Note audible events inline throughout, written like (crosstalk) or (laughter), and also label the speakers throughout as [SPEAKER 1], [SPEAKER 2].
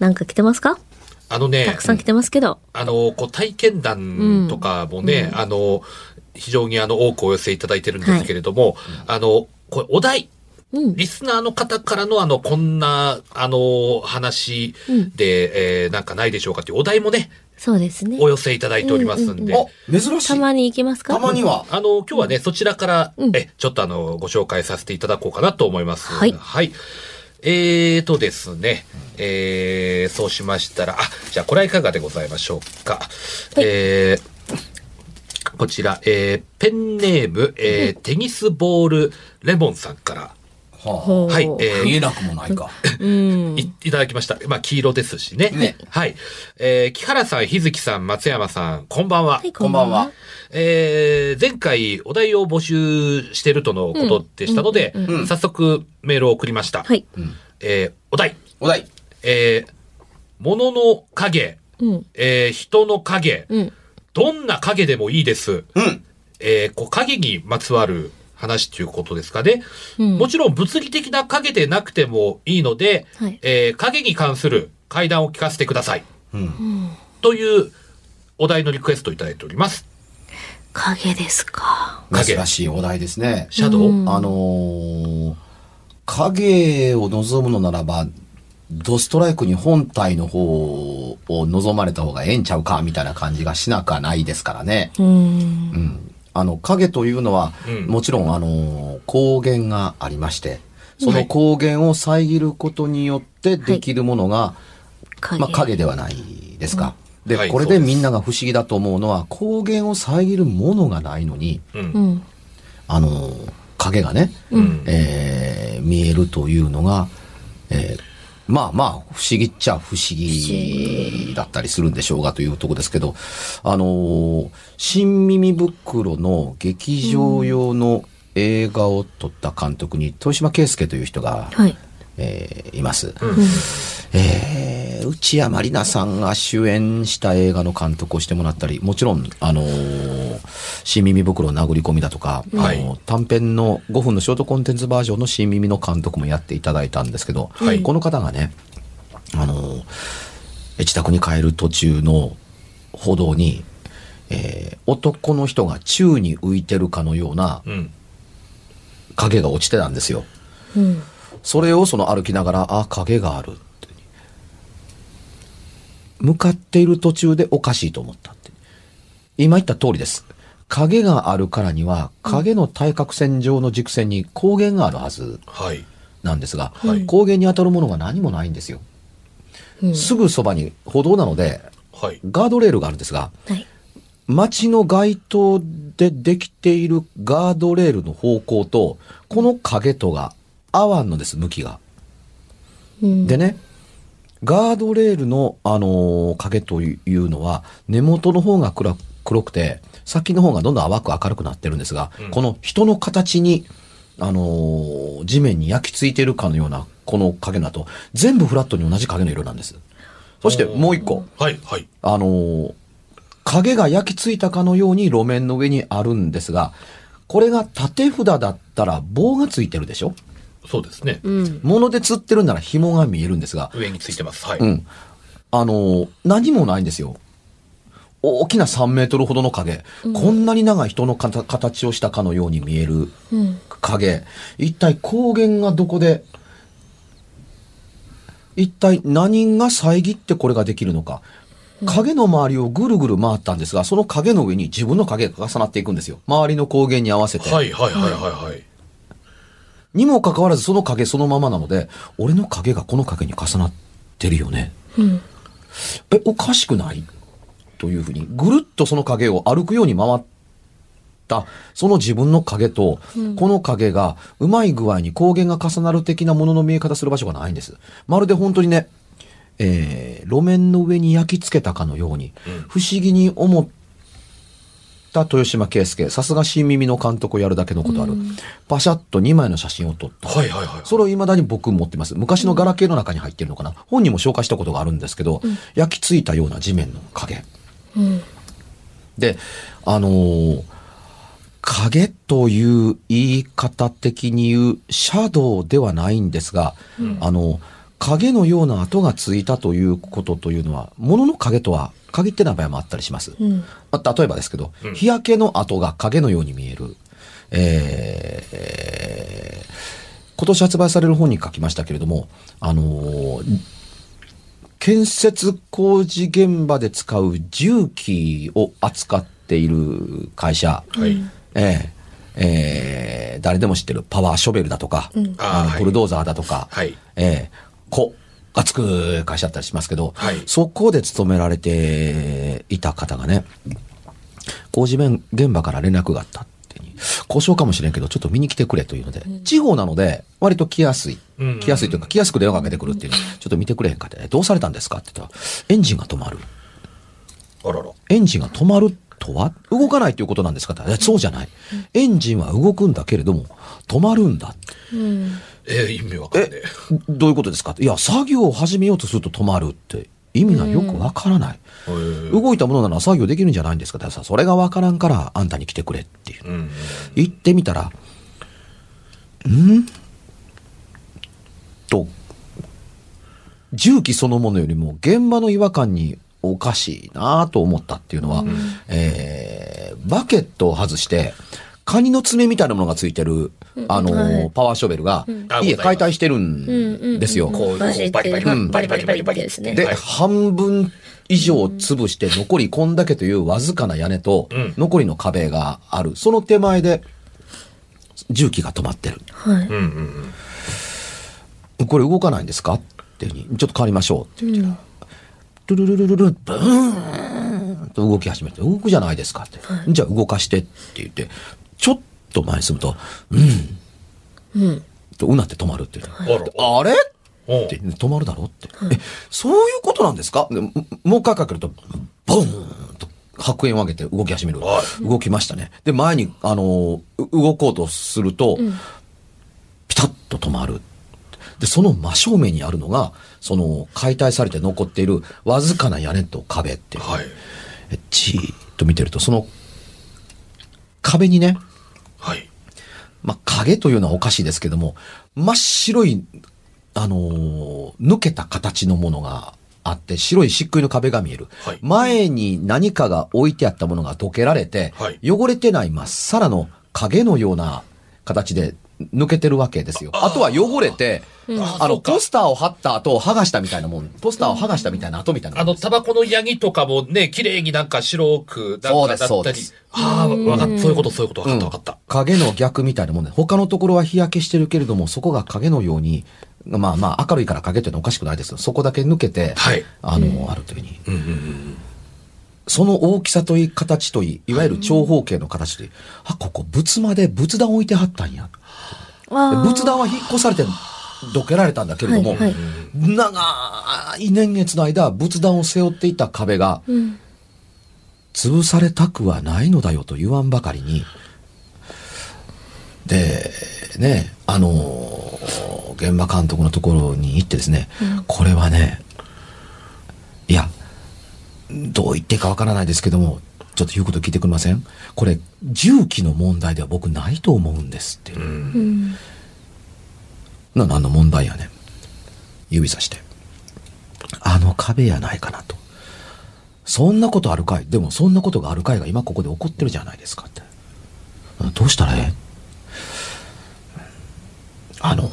[SPEAKER 1] なんか来てますか
[SPEAKER 2] あのね、
[SPEAKER 1] たくさん来てますけど。
[SPEAKER 2] あの、こう体験談とかもね、あの、非常にあの、多くお寄せいただいてるんですけれども、あの、これお題、
[SPEAKER 1] うん。
[SPEAKER 2] リスナーの方からのあの、こんな、あの、話で、えーなんかないでしょうかっていうお題もね、
[SPEAKER 1] そうですね。
[SPEAKER 2] お寄せいただいておりますんで、
[SPEAKER 3] あ、珍しい。
[SPEAKER 1] たまに行きますか
[SPEAKER 3] たまには。
[SPEAKER 2] あの、今日はね、そちらから、
[SPEAKER 1] うん
[SPEAKER 2] え、ちょっとあの、ご紹介させていただこうかなと思います。
[SPEAKER 1] はい
[SPEAKER 2] えーとですね、えー、そうしましたら、あ、じゃあこれはいかがでございましょうか。えーこちら、えーペンネーム、えーテニスボールレモンさんから、
[SPEAKER 3] は
[SPEAKER 1] ほう
[SPEAKER 2] はい、え
[SPEAKER 3] あ
[SPEAKER 2] ー
[SPEAKER 3] 見えなくもない
[SPEAKER 1] (laughs)
[SPEAKER 3] か。
[SPEAKER 1] うん。
[SPEAKER 2] いいただきました。まあ、黄色ですしね。
[SPEAKER 3] ね
[SPEAKER 2] はい。えー木原さん、日月さん、松山さん、こんばんは。
[SPEAKER 1] はい、
[SPEAKER 3] こんばんは。。
[SPEAKER 2] えー前回お題を募集してるとのことでしたので、
[SPEAKER 3] んうん
[SPEAKER 2] 早速メールを送りました。
[SPEAKER 1] はい。
[SPEAKER 2] えーお題、
[SPEAKER 3] お題。
[SPEAKER 2] えー、物の影、
[SPEAKER 1] うん。
[SPEAKER 2] えー人の影、
[SPEAKER 1] うん。
[SPEAKER 2] どんな影でもいいです。
[SPEAKER 3] うん。
[SPEAKER 2] えーこう影にまつわる話ということですかね。
[SPEAKER 1] うん
[SPEAKER 2] もちろん物理的な影でなくてもいいので、
[SPEAKER 1] はい
[SPEAKER 2] えー影に関する会談を聞かせてください。
[SPEAKER 3] うん。
[SPEAKER 2] というお題のリクエストをいただいております。
[SPEAKER 1] 影ですか。
[SPEAKER 2] 影
[SPEAKER 3] 珍しいお題ですね。
[SPEAKER 2] シャドウ、
[SPEAKER 1] うん
[SPEAKER 3] あのー影を望むのならば、ドストライクに本体の方を望まれた方がええんちゃうか、みたいな感じがしなかないですからね。
[SPEAKER 1] うん。
[SPEAKER 3] うん。あの、影というのは、
[SPEAKER 2] うん
[SPEAKER 3] もちろん、あのー光源がありまして、その光源を遮ることによってできるものが、
[SPEAKER 1] 影。
[SPEAKER 3] まあ、影ではないですか。で、
[SPEAKER 2] はい
[SPEAKER 3] これ
[SPEAKER 2] そ
[SPEAKER 3] で
[SPEAKER 2] うです
[SPEAKER 3] みんなが不思議だと思うのは、光源を遮るものがないのに、
[SPEAKER 2] うん
[SPEAKER 1] うん。
[SPEAKER 3] あのー、影がね、
[SPEAKER 2] うん
[SPEAKER 3] えー見えるというのが、えーまあまあ、不思議っちゃ不思議だったりするんでしょうがというとこですけど、あのー新耳袋の劇場用の映画を撮った監督に、豊島圭介という人が、
[SPEAKER 1] はい。
[SPEAKER 3] えーいます。えー内山里奈さんが主演した映画の監督をしてもらったり、もちろん、あのー新耳袋の殴り込みだとか、
[SPEAKER 2] はい
[SPEAKER 3] あのー短編の5分のショートコンテンツバージョンの新耳の監督もやっていただいたんですけど、
[SPEAKER 2] はい
[SPEAKER 3] この方がね、あのー自宅に帰る途中の歩道に、えー男の人が宙に浮いてるかのような
[SPEAKER 2] うん
[SPEAKER 3] 影が落ちてたんですよ。
[SPEAKER 1] うん。
[SPEAKER 3] それをその歩きながら、あ、影があるって。向かっている途中でおかしいと思ったって。今言った通りです。影があるからには、影の対角線上の軸線に光源があるはず
[SPEAKER 2] はい。
[SPEAKER 3] なんですが、
[SPEAKER 2] はい
[SPEAKER 3] 光源に当たるものが何もないんですよ。
[SPEAKER 1] うん
[SPEAKER 3] すぐそばに歩道なので、
[SPEAKER 2] はい。
[SPEAKER 3] ガードレールがあるんですが、
[SPEAKER 1] はい。
[SPEAKER 3] 街の街灯でできているガードレールの方向と、この影とが合わんのです、向きが。
[SPEAKER 1] うん。
[SPEAKER 3] でね、ガードレールの、あのー影というのは、根元の方が暗黒くて、先の方がどんどん淡く明るくなってるんですが、
[SPEAKER 2] うん
[SPEAKER 3] この人の形に、あのー地面に焼き付いてるかのような、この影だと、全部フラットに同じ影の色なんです。そしてもう一個、
[SPEAKER 2] はい。はい。
[SPEAKER 3] あのー影が焼き付いたかのように路面の上にあるんですが、これが縦札だったら棒がついてるでしょ
[SPEAKER 2] そうですね。
[SPEAKER 1] うん。
[SPEAKER 3] 物で吊ってるなら紐が見えるんですが、
[SPEAKER 2] 上についてます。はい。
[SPEAKER 3] うん。あの、何もないんですよ。大きな3メートルほどの影。こんなに長い人のかた形をしたかのように見える
[SPEAKER 1] うん。
[SPEAKER 3] 影。一体光源がどこで、一体何が遮ってこれができるのか。影の周りをぐるぐる回ったんですが、その影の上に自分の影が重なっていくんですよ。周りの光源に合わせて。
[SPEAKER 2] はい。はい。はい。はい。はい。
[SPEAKER 3] にもかかわらずその影そのままなので、俺の影がこの影に重なってるよね。
[SPEAKER 1] うん。
[SPEAKER 3] え、おかしくないというふうに、ぐるっとその影を歩くように回った、その自分の影と、この影が、うまい具合に光源が重なる的なものの見え方する場所がないんです。まるで本当にね、えー、路面の上に焼き付けたかのように、不思議に思った豊島圭介、さすが新耳の監督をやるだけのことある。パシャッと2枚の写真を撮った。
[SPEAKER 2] はい。はい。はい。
[SPEAKER 3] それを未だに僕持ってます。昔のガラケーの中に入ってるのかな。本にも紹介したことがあるんですけど、焼き付いたような地面の影。
[SPEAKER 1] うん。
[SPEAKER 3] で、あのー影という言い方的に言う、シャドウではないんですが、あの、影のような跡がついたということというのは、物の影とは限ってない場合もあったりします。
[SPEAKER 1] うん
[SPEAKER 3] まあ、例えばですけど、日焼けの跡が影のように見える。えーえー今年発売される本に書きましたけれども、あのー建設工事現場で使う重機を扱っている会社、
[SPEAKER 2] はい。
[SPEAKER 3] ええええ誰でも知ってるパワーショベルだとか、
[SPEAKER 1] ん
[SPEAKER 2] あー
[SPEAKER 3] あの
[SPEAKER 2] はい
[SPEAKER 3] ブルドーザーだとか、
[SPEAKER 2] はい
[SPEAKER 3] ええこがつく会社だったりしますけど、
[SPEAKER 2] はい
[SPEAKER 3] そこで勤められていた方がね、工事現場から連絡があったってに、故障かもしれんけど、ちょっと見に来てくれというので、地方なので、割と来やすい
[SPEAKER 2] うんうんうん。
[SPEAKER 3] 来やすいというか、来やすく電話かけてくるっていう、ちょっと見てくれへんかって、えどうされたんですかって言ったら、エンジンが止まる。
[SPEAKER 2] あらら。
[SPEAKER 3] エンジンが止まるとは動かないということなんですかっていやそうじゃない。エンジンは動くんだけれども、止まるんだ。
[SPEAKER 1] うん
[SPEAKER 2] えー、意味わかんねえ。
[SPEAKER 3] どういうことですかっていや、作業を始めようとすると止まるって意味がよくわからない。
[SPEAKER 2] えー
[SPEAKER 3] 動いたものなら作業できるんじゃないんですかってさ、それがわからんからあんたに来てくれっていう。
[SPEAKER 2] うん。
[SPEAKER 3] 行ってみたら、んと、重機そのものよりも現場の違和感におかしいなぁと思ったっていうのは、えーバケットを外して、カニの爪みたいなものがついてる、あのー
[SPEAKER 1] はい
[SPEAKER 3] パワーショベル
[SPEAKER 2] あ、
[SPEAKER 3] が家
[SPEAKER 2] ございます
[SPEAKER 3] 解体してる
[SPEAKER 1] うんうん
[SPEAKER 3] んですよ。
[SPEAKER 2] こう、こうバ
[SPEAKER 1] バシ
[SPEAKER 2] リ
[SPEAKER 1] ッ
[SPEAKER 2] バリバリ
[SPEAKER 1] うん
[SPEAKER 2] バリバリバリバリ
[SPEAKER 1] ですね
[SPEAKER 3] で、
[SPEAKER 2] はい
[SPEAKER 3] 半分以上潰して、残りこんだけというわずかな屋根と
[SPEAKER 2] うん、
[SPEAKER 3] 残りの壁がある。その手前で、重機が止まってる。
[SPEAKER 1] はい
[SPEAKER 2] うんうんうん。
[SPEAKER 3] これ動かないんですかっていうふうに、ちょっと変わりましょうって。
[SPEAKER 1] うん
[SPEAKER 3] ルルルルルルル、ブーンと動き始めて、動くじゃないですかって。じゃあ動かしてって言って、ちょっと前に進むと、うん、
[SPEAKER 1] うん
[SPEAKER 3] とうなって止まるっていう。
[SPEAKER 2] あら。
[SPEAKER 3] あれ
[SPEAKER 2] おう
[SPEAKER 3] って止まるだろって、えそういうことなんですかでももう一回かけるとボーンと白煙を上げて動き始める、
[SPEAKER 2] は
[SPEAKER 3] 動きましたねで前にあのう動こうとすると、ピタッと止まるでその真正面にあるのがその解体されて残っているわずかな屋根と壁っていう
[SPEAKER 2] はい。
[SPEAKER 3] えじーっと見てるとその壁にね
[SPEAKER 2] はい。
[SPEAKER 3] まあ、影というのはおかしいですけども、真っ白い、あのー抜けた形のものがあって、白い漆喰の壁が見える。
[SPEAKER 2] はい
[SPEAKER 3] 前に何かが置いてあったものが溶けられて、
[SPEAKER 2] はい
[SPEAKER 3] 汚れてないまっさらの影のような形で抜けてるわけですよ。あとは汚れて、あ
[SPEAKER 2] そ
[SPEAKER 3] の、
[SPEAKER 2] うか
[SPEAKER 3] ポスターを貼った後、剥がしたみたいなもん。ポスターを剥がしたみたいな跡みたいなも
[SPEAKER 2] あ
[SPEAKER 3] ん
[SPEAKER 2] の、
[SPEAKER 3] です。
[SPEAKER 2] タバコのヤギとかもね、綺麗になんか白く、なんかだ
[SPEAKER 3] そ
[SPEAKER 2] っ
[SPEAKER 3] う
[SPEAKER 2] た
[SPEAKER 3] で
[SPEAKER 2] り
[SPEAKER 3] すそう。
[SPEAKER 2] ああ、わかった。そういうこと、そういうこと。わかった、わかった。
[SPEAKER 3] 影の逆みたいなもんで、他のところは日焼けしてるけれども、そこが影のように、まあまあ明るいから影というのはおかしくないですよ。そこだけ抜けて、
[SPEAKER 2] はい
[SPEAKER 3] あの、あるというふうに。
[SPEAKER 2] うんうんうん。
[SPEAKER 3] その大きさといい、形といい、いわゆる長方形の形といい、あ、ここ仏間で仏壇置いてはったんや。で
[SPEAKER 1] あ
[SPEAKER 3] 仏壇は引っ越されて、どけられたんだけれども、
[SPEAKER 1] はいはい
[SPEAKER 3] 長い年月の間、仏壇を背負っていた壁が、
[SPEAKER 1] ーうん
[SPEAKER 3] 潰されたくはないのだよと言わんばかりに、で、ね、あのー現場監督のところに行ってですね、これはね、いや、どう言っていいかわからないですけども、ちょっと言うこと聞いてくれませんこれ、重機の問題では僕ないと思うんですって。
[SPEAKER 1] うん
[SPEAKER 3] な、何の問題やねん。指さして。あの壁やないかなと。そんなことあるかいでもそんなことがあるかいが今ここで起こってるじゃないですかって。うんどうしたらええあの、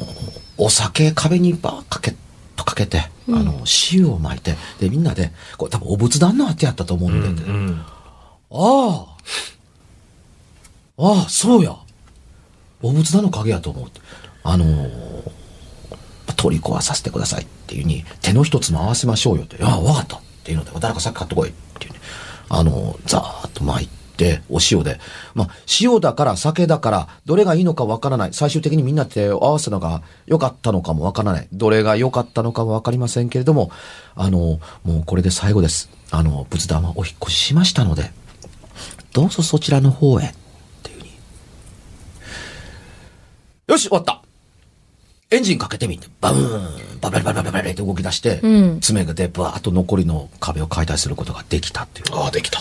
[SPEAKER 3] お酒壁にバーかけ、とかけて、あの、塩を巻いて、で、みんなで、これ多分お仏壇のあてやったと思うん
[SPEAKER 2] う
[SPEAKER 3] で、
[SPEAKER 2] んうん。
[SPEAKER 3] ああ。ああ、そうや。お仏壇の影やと思うって。あのー、取り壊させてくださいっていうに、手の一つも合わせましょうよって。ああ、わかった。っていうので、誰かさっき買ってこいっていうね。あのー、ざーっと巻いて、お塩で。まあ、塩だから酒だから、どれがいいのかわからない。最終的にみんな手を合わせたのが良かったのかもわからない。どれが良かったのかもわかりませんけれども、あのー、もうこれで最後です。あのー、仏壇はお引っ越ししましたので、どうぞそちらの方へ。っていうふうに。よし、終わった。エンジンかけてみて、バウーン、ババリバリバリバリバリって動き出して、
[SPEAKER 1] うん
[SPEAKER 3] 爪がでバーッと残りの壁を解体することができたっていう。
[SPEAKER 2] ああ、できた。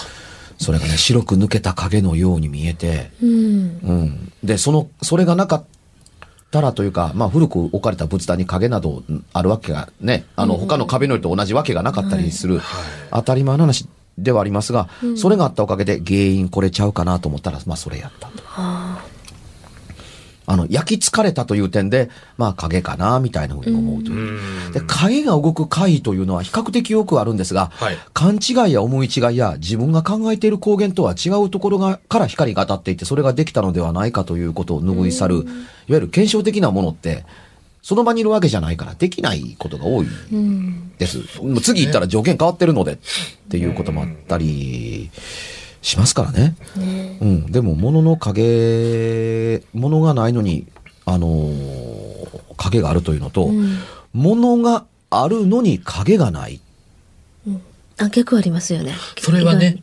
[SPEAKER 3] それがね、白く抜けた影のように見えて、
[SPEAKER 1] うん
[SPEAKER 3] うん。で、その、それがなかったらというか、まあ、古く置かれた仏壇に影などあるわけがね、あの、他の壁のりと同じわけがなかったりする、当たり前の話ではありますが、それがあったおかげで原因これちゃうかなと思ったら、まあ、それやったと。あの、焼き疲れたという点で、まあ、影かな、みたいなふうに思うという。
[SPEAKER 2] うん
[SPEAKER 3] で、影が動く怪異というのは比較的よくあるんですが、
[SPEAKER 2] はい
[SPEAKER 3] 勘違いや思い違いや自分が考えている光源とは違うところがから光が当たっていて、それができたのではないかということを拭い去る、いわゆる検証的なものって、その場にいるわけじゃないからできないことが多い
[SPEAKER 1] うん
[SPEAKER 3] です。もう次行ったら条件変わってるのでっていうこともあったりしますからね。
[SPEAKER 1] ね
[SPEAKER 3] うん、でも物の影物がないのに、あのー影があるというのと、
[SPEAKER 1] ん
[SPEAKER 3] 物があるのに影がない、
[SPEAKER 1] あ結構ありますよね
[SPEAKER 2] それは
[SPEAKER 1] 意外
[SPEAKER 2] ね
[SPEAKER 1] に、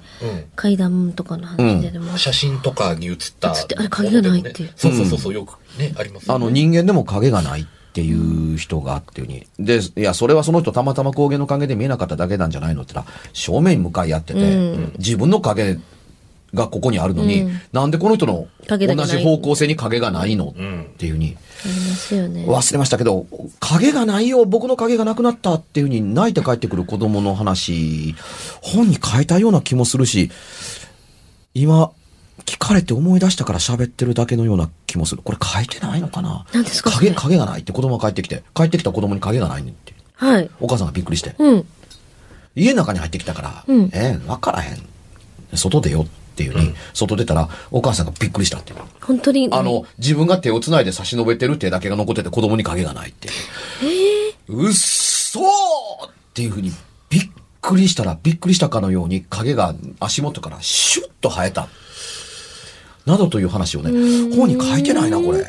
[SPEAKER 1] 階段とかの話ででも、
[SPEAKER 2] うん写真とかに写った
[SPEAKER 1] 写ってあれ鍵がないっていう
[SPEAKER 2] ものでもねそうそうそうそうよくねありますよね
[SPEAKER 3] あの人間でも影がないっていう人がっていうふうにでいやそれはその人たまたま光源の影で見えなかっただけなんじゃないのって言ったら正面に向かい合ってて、
[SPEAKER 1] うん
[SPEAKER 3] 自分の影がここにあるのに、
[SPEAKER 1] うん
[SPEAKER 3] なんでこの人の同
[SPEAKER 1] 影だけない
[SPEAKER 3] じ方向性に影がないの
[SPEAKER 2] うん
[SPEAKER 3] っていうふうに。
[SPEAKER 1] ありますよね
[SPEAKER 3] 忘れましたけど、影がないよ、僕の影がなくなったっていうふうに泣いて帰ってくる子供の話、本に変えたような気もするし、今、聞かれて思い出したから喋ってるだけのような気もする。これ書いてないのかな
[SPEAKER 1] 何ですかそ
[SPEAKER 3] 影、
[SPEAKER 1] れ
[SPEAKER 3] 影がないって子供が帰ってきて、帰ってきた子供に影がないねって。
[SPEAKER 1] はい
[SPEAKER 3] お母さんがびっくりして。
[SPEAKER 1] うん
[SPEAKER 3] 家の中に入ってきたから、
[SPEAKER 1] うん
[SPEAKER 3] えーわからへん。外出よっていうに、外出たら、お母さんがびっくりしたっていう。
[SPEAKER 1] 本当に
[SPEAKER 3] あの、自分が手を繋いで差し伸べてる手だけが残ってて子供に影がないっていう。うっそーっていうふうにびっくりしたらびっくりしたかのように影が足元からシュッと生えた。などという話をね、本に書いてないな、これ。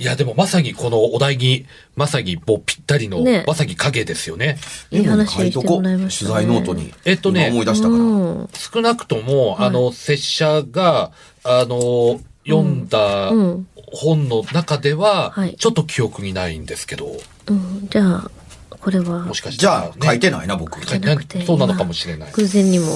[SPEAKER 2] いやでもまさにこのお題にまさにもうぴったりの、
[SPEAKER 1] ね
[SPEAKER 2] まさに影ですよね
[SPEAKER 1] いい
[SPEAKER 3] 本に
[SPEAKER 1] 話
[SPEAKER 3] 書い
[SPEAKER 1] をし
[SPEAKER 3] と
[SPEAKER 1] て
[SPEAKER 3] こ
[SPEAKER 1] も
[SPEAKER 3] う。
[SPEAKER 1] らい
[SPEAKER 3] 取
[SPEAKER 1] ましたね
[SPEAKER 3] 材ノートに。
[SPEAKER 2] えっとね
[SPEAKER 3] 今思い出したから。
[SPEAKER 1] うん
[SPEAKER 2] 少なくとも、あの拙者があの読んだ
[SPEAKER 1] うん
[SPEAKER 2] 本の中では、
[SPEAKER 1] はい
[SPEAKER 2] ちょっと記憶にないんですけど
[SPEAKER 1] うん、じゃあこれは
[SPEAKER 2] もしかし
[SPEAKER 3] じ
[SPEAKER 2] たら
[SPEAKER 3] ゃ
[SPEAKER 2] ね、
[SPEAKER 3] あ、書いてないな、僕。
[SPEAKER 1] じゃなくて
[SPEAKER 2] そうなのかもしれない
[SPEAKER 1] 今偶然にも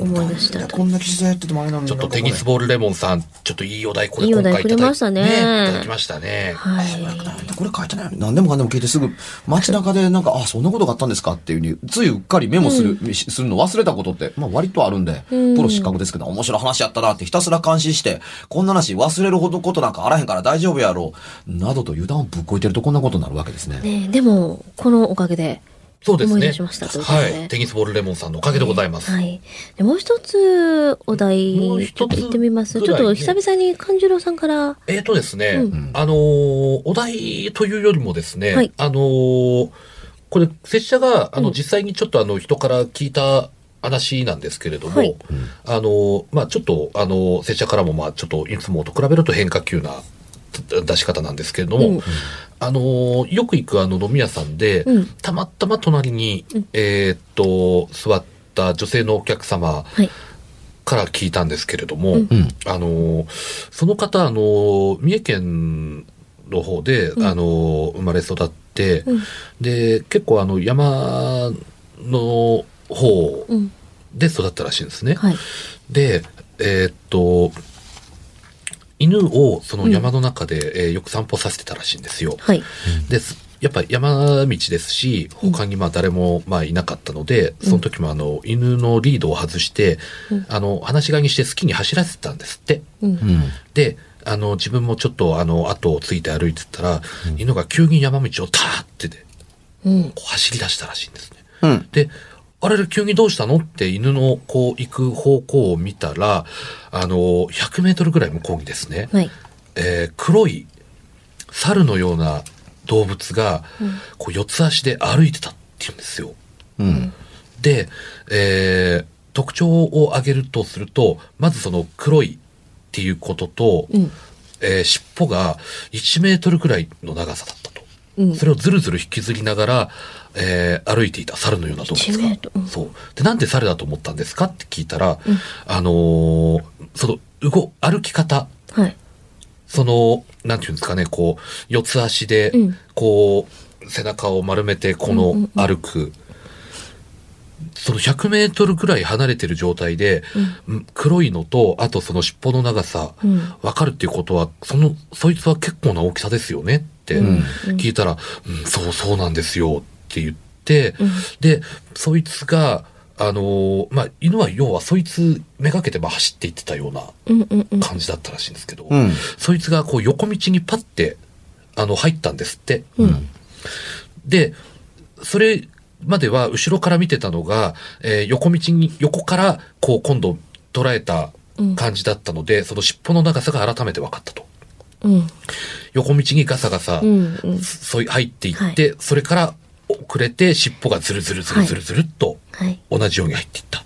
[SPEAKER 1] 思い出したと
[SPEAKER 3] こんな記事やっててもあれなんだ
[SPEAKER 2] ちょっとテニスボールレモンさん、ちょっといいお題、これ
[SPEAKER 1] いい
[SPEAKER 2] 今
[SPEAKER 1] お題
[SPEAKER 2] 回いただ
[SPEAKER 1] くれましたね
[SPEAKER 2] いただきましたね。
[SPEAKER 1] はい
[SPEAKER 3] なんだこれ書いてないの何でもかんでも聞いてすぐ街中でなんか、あ、そんなことがあったんですかっていうふうに、ついうっかりメモする、しするの忘れたことって、まあ割とあるんで、
[SPEAKER 1] うん
[SPEAKER 3] プロ失格ですけど、面白い話やったなってひたすら監視して、こんな話忘れるほどことなんかあらへんから大丈夫やろう、などと油断をぶっこいてるとこんなことになるわけですね。
[SPEAKER 1] ねえでもこのおかげで
[SPEAKER 2] そうですね。
[SPEAKER 1] 思い出しましたということで
[SPEAKER 2] はい。テニスボールレモンさんのおかげでございます。
[SPEAKER 1] はい。でもう一つお題、
[SPEAKER 2] もう一つ
[SPEAKER 1] ちょっと言ってみます。
[SPEAKER 2] ぐ
[SPEAKER 1] ちょっ
[SPEAKER 2] らいね
[SPEAKER 1] と久々に勘十郎さんから、
[SPEAKER 2] えっ、とですね、
[SPEAKER 1] うん
[SPEAKER 2] あのーお題というよりもですね、
[SPEAKER 1] はい
[SPEAKER 2] あのーこれ、拙者が、あの、
[SPEAKER 1] うん
[SPEAKER 2] 実際にちょっとあの、人から聞いた話なんですけれども、
[SPEAKER 1] はい
[SPEAKER 2] あのーまあちょっと、あのー拙者からも、まあちょっと、いつもと比べると変化球な出し方なんですけれども、
[SPEAKER 1] うん
[SPEAKER 2] あのーよく行くあの飲み屋さんで、
[SPEAKER 1] うん
[SPEAKER 2] たまたま隣に、えーっと、座った女性のお客様
[SPEAKER 1] はい。
[SPEAKER 2] から聞いたんですけれども、
[SPEAKER 1] うん
[SPEAKER 3] うん。
[SPEAKER 2] あのーその方、あのー三重県の方で、
[SPEAKER 1] うん
[SPEAKER 2] あのー生まれ育って、
[SPEAKER 1] うん
[SPEAKER 2] で、結構あの、山の方
[SPEAKER 1] うん。
[SPEAKER 2] で育ったらしいんですね。
[SPEAKER 1] はい。
[SPEAKER 2] で、えーっと、犬をその山の中で、えーよく散歩させてたらしいんですよ。
[SPEAKER 1] はい。
[SPEAKER 2] です。やっぱ山道ですし、他にまあ誰もまあいなかったので、その時もあの犬のリードを外して、
[SPEAKER 1] うん
[SPEAKER 2] あの、放し飼いにして好きに走らせてたんですって。
[SPEAKER 1] うん。
[SPEAKER 2] で、あの、自分もちょっとあの、後をついて歩いてたら、犬が急に山道をターってね
[SPEAKER 1] うん。
[SPEAKER 2] こう走り出したらしいんですね。
[SPEAKER 3] うん。
[SPEAKER 2] で、あれで急にどうしたのって犬のこう行く方向を見たら、あの、100メートルぐらい向こうにですね、
[SPEAKER 1] はい。
[SPEAKER 2] えー黒い猿のような動物が、こう四つ足で歩いてたっていうんですよ。
[SPEAKER 3] うん。
[SPEAKER 2] で、えー特徴を挙げるとすると、まずその黒いっていうことと、
[SPEAKER 1] うん。
[SPEAKER 2] えー尻尾が1メートルくらいの長さだったと。
[SPEAKER 1] うん。
[SPEAKER 2] それをずるずる引きずりながら、えー歩いていた猿のような動
[SPEAKER 1] 1
[SPEAKER 2] 物
[SPEAKER 1] メ
[SPEAKER 2] が
[SPEAKER 1] ートルうん
[SPEAKER 2] そう。で、なんで猿だと思ったんですかって聞いたら、
[SPEAKER 1] うん
[SPEAKER 2] あのーその、動、歩き方
[SPEAKER 1] はい。
[SPEAKER 2] その、なんていうんですかね、こう、四つ足で
[SPEAKER 1] うん、
[SPEAKER 2] こう、背中を丸めて、
[SPEAKER 1] う
[SPEAKER 2] こ
[SPEAKER 1] んうん
[SPEAKER 2] の
[SPEAKER 1] うん
[SPEAKER 2] 歩く、その100メートルくらい離れてる状態で、うん黒いのと、あとその尻尾の長さ、
[SPEAKER 1] うん。
[SPEAKER 2] わかるっていうことは、その、そいつは結構な大きさですよねっって聞いたら、うんそうそうなんですよって言って、で、そいつが、あのーまあ、犬は要はそいつめがけてまあ走っていってたような
[SPEAKER 1] うんうんうん。
[SPEAKER 2] 感じだったらしいんですけど、
[SPEAKER 3] うん
[SPEAKER 2] そいつがこう横道にパッて、あの、入ったんですって。
[SPEAKER 1] うん。
[SPEAKER 2] で、それまでは後ろから見てたのが、えー横道に、横からこう今度捉えた感じだったので、その尻尾の長さが改めて分かったと。
[SPEAKER 1] うん。
[SPEAKER 2] 横道にガサガサ、
[SPEAKER 1] うん。うん。
[SPEAKER 2] そ入っていって、それから遅れて尻尾がズルズルズルズルズルっと
[SPEAKER 1] はい。
[SPEAKER 2] 同じように入っていった。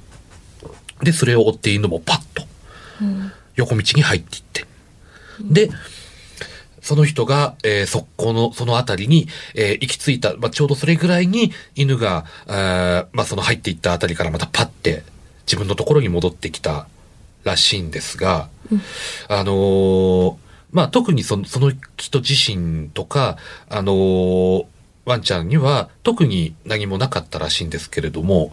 [SPEAKER 2] で、それを追って犬もパッと
[SPEAKER 1] うん。
[SPEAKER 2] 横道に入っていって。で、その人が、えー速攻の、そのあたりに、えー行き着いた、まあ、ちょうどそれぐらいに、犬が、あーまあ、その入っていったあたりからまたパッて、自分のところに戻ってきたらしいんですが、あのーまあ、特にその、その人自身とか、あのーワンちゃんには特に何もなかったらしいんですけれども、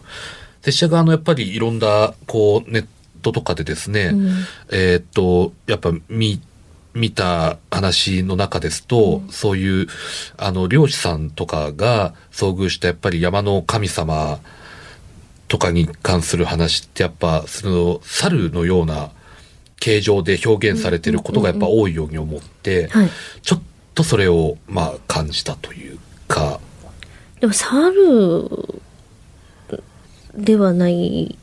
[SPEAKER 2] 拙者があの、やっぱりいろんな、こう、ネットとかでですね、
[SPEAKER 1] うん
[SPEAKER 2] えーっと、やっぱ見、見た話の中ですと、そういう、あの、漁師さんとかが遭遇したやっぱり山の神様とかに関する話ってやっぱ、その、猿のような形状で表現されてることがやっぱ多いように思って、
[SPEAKER 1] はい。
[SPEAKER 2] ちょっとそれを、まあ、感じたというか、
[SPEAKER 1] でも、猿ではない。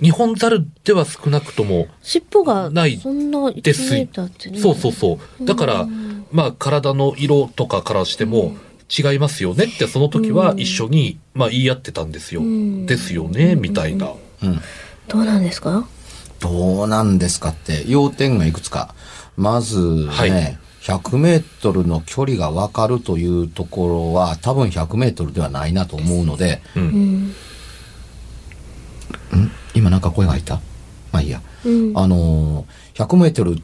[SPEAKER 2] 日本猿では少なくとも、
[SPEAKER 1] 尻尾が
[SPEAKER 2] ない
[SPEAKER 1] そんな1メ
[SPEAKER 2] です
[SPEAKER 1] ーターってね。
[SPEAKER 2] そうそうそう。だから、
[SPEAKER 1] うん
[SPEAKER 2] まあ、体の色とかからしても違いますよねって、その時は一緒に、まあ、言い合ってたんですよ。
[SPEAKER 1] うん
[SPEAKER 2] ですよね、みたいな。
[SPEAKER 3] うん
[SPEAKER 1] どうなんですか
[SPEAKER 3] どうなんですかって、要点がいくつか。まずね、
[SPEAKER 2] はい
[SPEAKER 3] 100メートルの距離がわかるというところは、多分100メートルではないなと思うので、
[SPEAKER 2] う。
[SPEAKER 1] うんん。
[SPEAKER 3] ん今なんか声が入ったまあいいや。
[SPEAKER 1] うん。
[SPEAKER 3] あのー、100メートル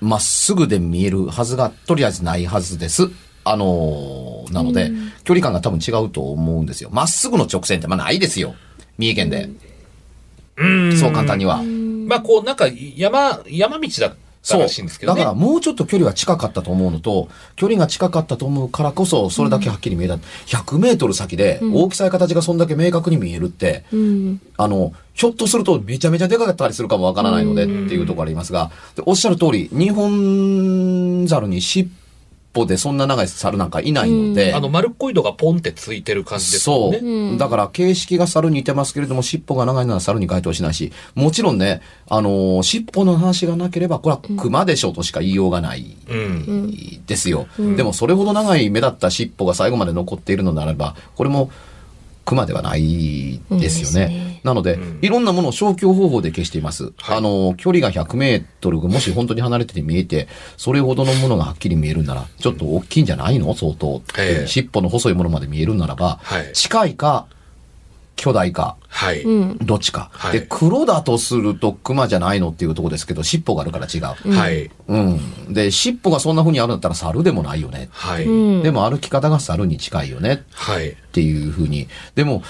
[SPEAKER 3] まっすぐで見えるはずが、とりあえずないはずです。あのーなので、
[SPEAKER 1] うん
[SPEAKER 3] 距離感が多分違うと思うんですよ。まっすぐの直線ってまあないですよ。三重県で。
[SPEAKER 2] うん
[SPEAKER 3] そう簡単には。
[SPEAKER 2] まあ、こう、なんか、山、山道だった
[SPEAKER 3] そう。
[SPEAKER 2] らしいんですけど
[SPEAKER 3] だ
[SPEAKER 2] ね。
[SPEAKER 3] からもうちょっと距離は近かったと思うのと、距離が近かったと思うからこそ、それだけはっきり見えた。100メートル先で、大きさや形がそんだけ明確に見えるって、
[SPEAKER 1] うん。
[SPEAKER 3] あの、ひょっとするとめちゃめちゃでかかったりするかもわからないのでっていうところありますが、でおっしゃる通り、日本猿に尻尾でそんな長い猿なんかいないので、
[SPEAKER 2] あの、丸っこいのがポンってついてる感じです
[SPEAKER 3] そ
[SPEAKER 2] よ
[SPEAKER 3] う、
[SPEAKER 2] ね。
[SPEAKER 1] うん
[SPEAKER 3] だから形式が猿に似てますけれども、尻尾が長いなら猿に該当しないし、もちろんね、あのー尻尾の話がなければ、これは熊でしょうとしか言いようがない。
[SPEAKER 2] うん。
[SPEAKER 3] ですよ、でもそれほど長い目立った尻尾が最後まで残っているのならばこれも熊ではないですよね。
[SPEAKER 1] うんですね
[SPEAKER 3] なので、
[SPEAKER 2] うん
[SPEAKER 3] いろんなものを消去方法で消しています。
[SPEAKER 2] はい
[SPEAKER 3] あの、距離が100メートルがもし本当に離れてて見えて、それほどのものがはっきり見えるなら、ちょっと大きいんじゃないの相当、
[SPEAKER 2] ええ
[SPEAKER 3] 尻尾の細いものまで見えるならば、
[SPEAKER 2] はい
[SPEAKER 3] 近いか、巨大か、
[SPEAKER 2] はい。
[SPEAKER 1] うん。
[SPEAKER 3] どっちか。
[SPEAKER 2] はい
[SPEAKER 3] で、黒だとすると熊じゃないのっていうところですけど、尻尾があるから違う。
[SPEAKER 2] はい。
[SPEAKER 3] うん。で、尻尾がそんな風にあるんだったら猿でもないよね。
[SPEAKER 2] はい。
[SPEAKER 1] うん。
[SPEAKER 3] でも歩き方が猿に近いよね
[SPEAKER 2] はい。
[SPEAKER 3] っていう風に。でも、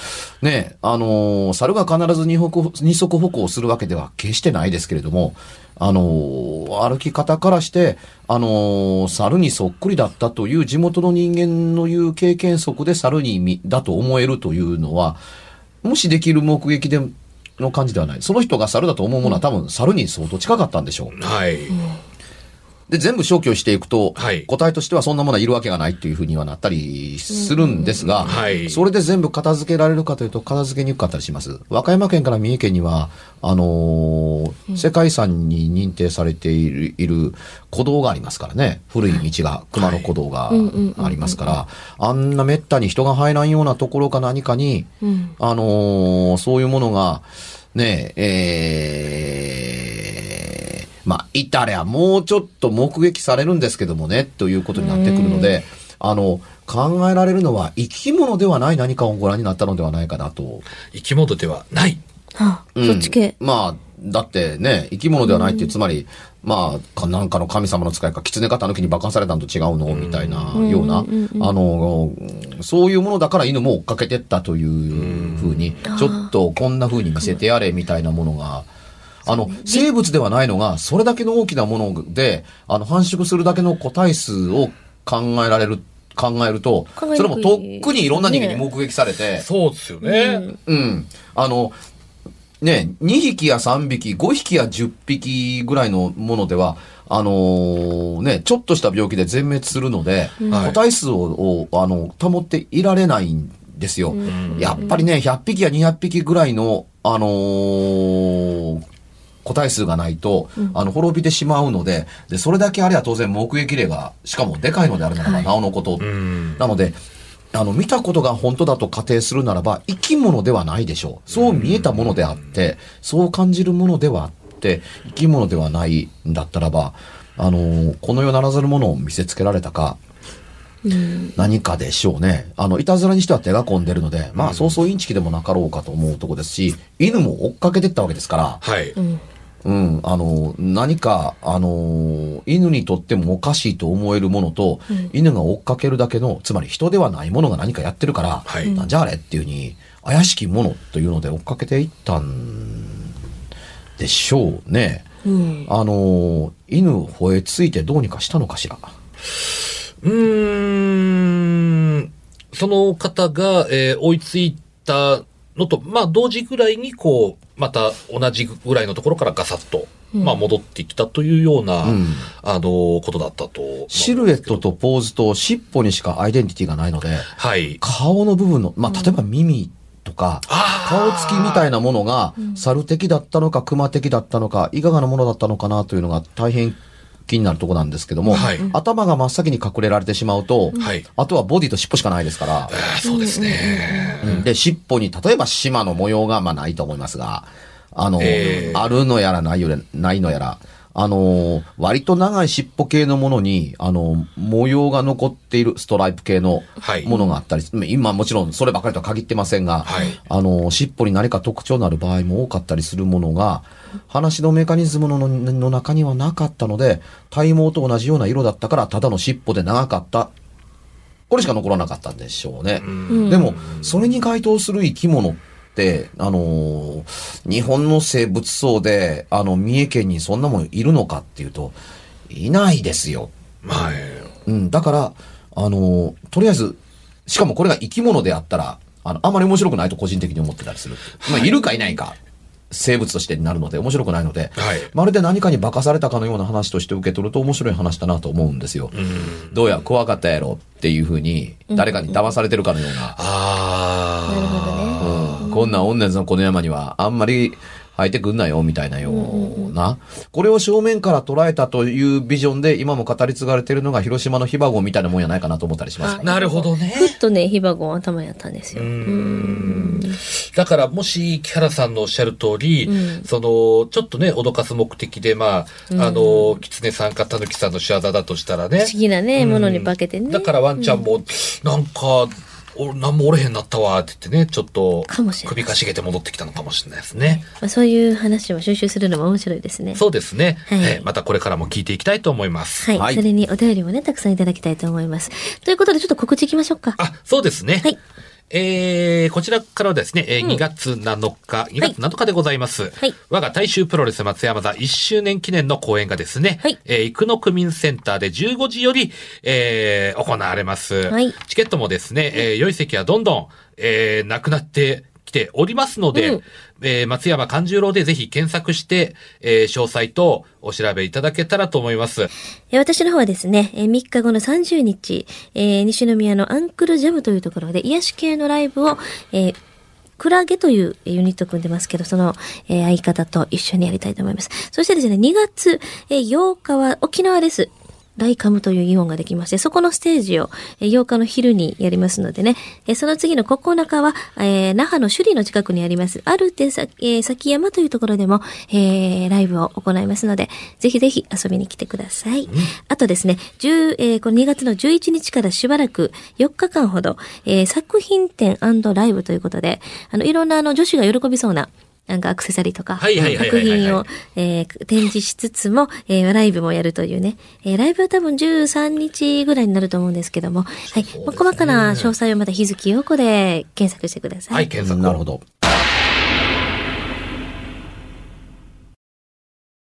[SPEAKER 3] ね、あのー猿が必ず二歩二足歩行をするわけでは決してないですけれども、あのー歩き方からして、あのー猿にそっくりだったという地元の人間の言う経験則で猿に見だと思えるというのは、もしできる目撃での感じではない。その人が猿だと思うものは多分猿に相当近かったんでしょう。
[SPEAKER 2] はい。
[SPEAKER 3] で、全部消去していくと、
[SPEAKER 2] はい
[SPEAKER 3] 答えとしてはそんなものはいるわけがないっていうふうにはなったりするんですが、
[SPEAKER 2] んはい
[SPEAKER 3] それで全部片付けられるかというと、片付けにくかったりします。和歌山県から三重県には、あのー世界遺産に認定されているいる古道がありますからね。古い道が、熊野古道が
[SPEAKER 1] うんうんうんうん
[SPEAKER 3] ありますから、あんな滅多に人が入らんようなところか何かに、
[SPEAKER 1] うん。
[SPEAKER 3] あのーそういうものが、ねえ、えーまあ、いたりゃもうちょっと目撃されるんですけどもね、ということになってくるので、あの、考えられるのは生き物ではない何かをご覧になったのではないかなと。
[SPEAKER 2] 生き物ではない。
[SPEAKER 1] あ、
[SPEAKER 3] うん
[SPEAKER 1] そっち系。
[SPEAKER 3] まあ、だってね、生き物ではないって、つまり、まあか、なんかの神様の使いか、狐か狸に爆破されたのと違うの、みたいな
[SPEAKER 1] うん
[SPEAKER 3] ような、
[SPEAKER 1] うんうんうん
[SPEAKER 3] あの、そういうものだから犬も追っかけてったというふうに、ちょっとこんなふうに見せてやれ、みたいなものが、あの、生物ではないのが、それだけの大きなもので、あの、繁殖するだけの個体数を考えられる考えると、
[SPEAKER 1] 考えにくい
[SPEAKER 3] それもとっくにいろんな人間に目撃されて、
[SPEAKER 2] そうですよね。
[SPEAKER 3] うん。あの、ね、2匹や3匹、5匹や10匹ぐらいのものでは、あのーね、ちょっとした病気で全滅するので、
[SPEAKER 2] はい
[SPEAKER 3] 個体数ををあの保っていられないんですよ。やっぱりね、100匹や200匹ぐらいの、あのー個体数がないと、あの、滅びてしまうので、で、それだけあれは当然目撃例が、しかもでかいのであるならば、なおのこと、
[SPEAKER 2] うん。
[SPEAKER 3] なので、あの、見たことが本当だと仮定するならば、生き物ではないでしょう。そう見えたものであって、そう感じるものではあって、生き物ではないんだったらば、あの、この世ならざるものを見せつけられたか、何かでしょうね。あの、いたずらにしては手が込んでるので、まあ、そうそうインチキでもなかろうかと思うとこですし、犬も追っかけてったわけですから、
[SPEAKER 2] はい。
[SPEAKER 3] うん、あの、何か、あの、犬にとってもおかしいと思えるものと、犬が追っかけるだけの、つまり人ではないものが何かやってるから、
[SPEAKER 2] はい
[SPEAKER 3] なんじゃあれっていうふうに、怪しきものというので追っかけていったんでしょうね。
[SPEAKER 1] うん。
[SPEAKER 3] あの、犬吠えついてどうにかしたのかしら。
[SPEAKER 2] うーん、その方が、えー追いついたのと、まあ、同時ぐらいに、こう、また同じぐらいのところからガサッと、まあ、戻ってきたというような、
[SPEAKER 3] うん
[SPEAKER 2] あのーことだったと。
[SPEAKER 3] シルエットとポーズと尻尾にしかアイデンティティがないので、
[SPEAKER 2] はい。
[SPEAKER 3] 顔の部分の、まあ、例えば耳とか、
[SPEAKER 2] あ
[SPEAKER 3] 顔つきみた
[SPEAKER 2] い
[SPEAKER 3] いなものが、猿的だったのか、熊的だったのか、いかがなものだったのかなというのが大変気になるとこなんですけども、
[SPEAKER 2] はい
[SPEAKER 3] 頭が真っ先に隠れられてしまうと、
[SPEAKER 2] はい
[SPEAKER 3] あとはボディと尻尾しかないですから
[SPEAKER 2] あ、ーそうですね。
[SPEAKER 3] で、尻尾に、例えば島の模様が、まあないと思いますが、あの、
[SPEAKER 2] ええ
[SPEAKER 3] あるのやらないよりないのやら、あの、割と長い尻尾系のものに、あの、模様が残っているストライプ系の
[SPEAKER 2] はい
[SPEAKER 3] ものがあったり、今もちろんそればかりとは限ってませんが、
[SPEAKER 2] はい
[SPEAKER 3] あの、尻尾に何か特徴のある場合も多かったりするものが、話のメカニズムののの中にはなかったので、体毛と同じような色だったから、ただの尻尾で長かった。これしか残らなかったんでしょうね。でも、それに該当する生き物って、あのー日本の生物層で、あの、三重県にそんなもんいるのかっていうと、いないですよ。
[SPEAKER 2] はい。
[SPEAKER 3] うん、だから、あのーとりあえず、しかもこれが生き物であったら、あの、あまり面白くないと個人的に思ってたりする。まあ、いるかいないか、生物としてになるので面白くないので、
[SPEAKER 2] はい
[SPEAKER 3] まるで何かに化かされたかのような話として受け取ると面白い話だなと思うんですよ。どうや、怖かったやろっていうふうに、誰かに騙されてるかのような。
[SPEAKER 2] ああ。
[SPEAKER 1] なるほどね。
[SPEAKER 3] うんこんなん女のこの山にはあんまり入ってくんなよみたいなような。これを正面から捉えたというビジョンで今も語り継がれているのが広島のヒバゴンみたいなもんやないかなと思ったりします。
[SPEAKER 2] なるほどね。
[SPEAKER 1] ふっとね、ヒバゴン頭やったんですよ。
[SPEAKER 2] だからもし木原さんのおっしゃる通り、そのちょっとね脅かす目的でまあ、あの狐さんかたぬきさんの仕業だとしたらね
[SPEAKER 1] 不思議なね、
[SPEAKER 2] うん
[SPEAKER 1] ものに化けてね。
[SPEAKER 2] だからワンちゃんも、なんかおなんもおれへんなったわって言ってねちょっと
[SPEAKER 1] かもしれない
[SPEAKER 2] 首かしげて戻ってきたのかもしれないですね、
[SPEAKER 1] まあ、そういう話を収集するのも面白いですね。
[SPEAKER 2] そうですね、
[SPEAKER 1] はい
[SPEAKER 2] えーまたこれからも聞いていきたいと思います、
[SPEAKER 1] はい、
[SPEAKER 3] はい
[SPEAKER 1] それにお便りもね、たくさんいただきたいと思います。ということで、ちょっと告知いきましょうか。
[SPEAKER 2] あ、そうですね。
[SPEAKER 1] はい
[SPEAKER 2] えー、こちらからはですね、えー2月7日、2月7日でございます。
[SPEAKER 1] はい
[SPEAKER 2] 我が大衆プロレス松山座1周年記念の公演がですね、
[SPEAKER 1] はい
[SPEAKER 2] えー生野区民センターで15時より、えー行われます。
[SPEAKER 1] はい
[SPEAKER 2] チケットもですね、えー良い席はどんどん、えーなくなって、きておりますので、
[SPEAKER 1] うん
[SPEAKER 2] えー松山勘十郎でぜひ検索して、えー詳細とお調べいただけたらと思います。
[SPEAKER 1] えー私の方はですね、えー3日後の30日、えー西宮のアンクルジャムというところで癒し系のライブを、えークラゲというユニットを組んでますけど、その、えー相方と一緒にやりたいと思います。そしてですね、2月、えー8日は沖縄です。ライカムというイオンができまして、そこのステージをえー8日の昼にやりますのでね、えーその次の9日は、えー那覇の首里の近くにあります、ある手先、えー崎山というところでも、えーライブを行いますので、ぜひぜひ遊びに来てください。あとですね、10えーこの2月の11日からしばらく4日間ほど、えー作品展ライブということで、あの、いろんなあの女子が喜びそうな、なんかアクセサリーとか、
[SPEAKER 2] はいはいはいはいは
[SPEAKER 1] 作
[SPEAKER 2] いはい
[SPEAKER 1] 品をえー展示しつつも、えーライブもやるというね、えーライブは多分13日ぐらいになると思うんですけども、はい。まあ細かな詳細はまた日付をここで検索してください。
[SPEAKER 2] はい、検索を
[SPEAKER 3] なるほど。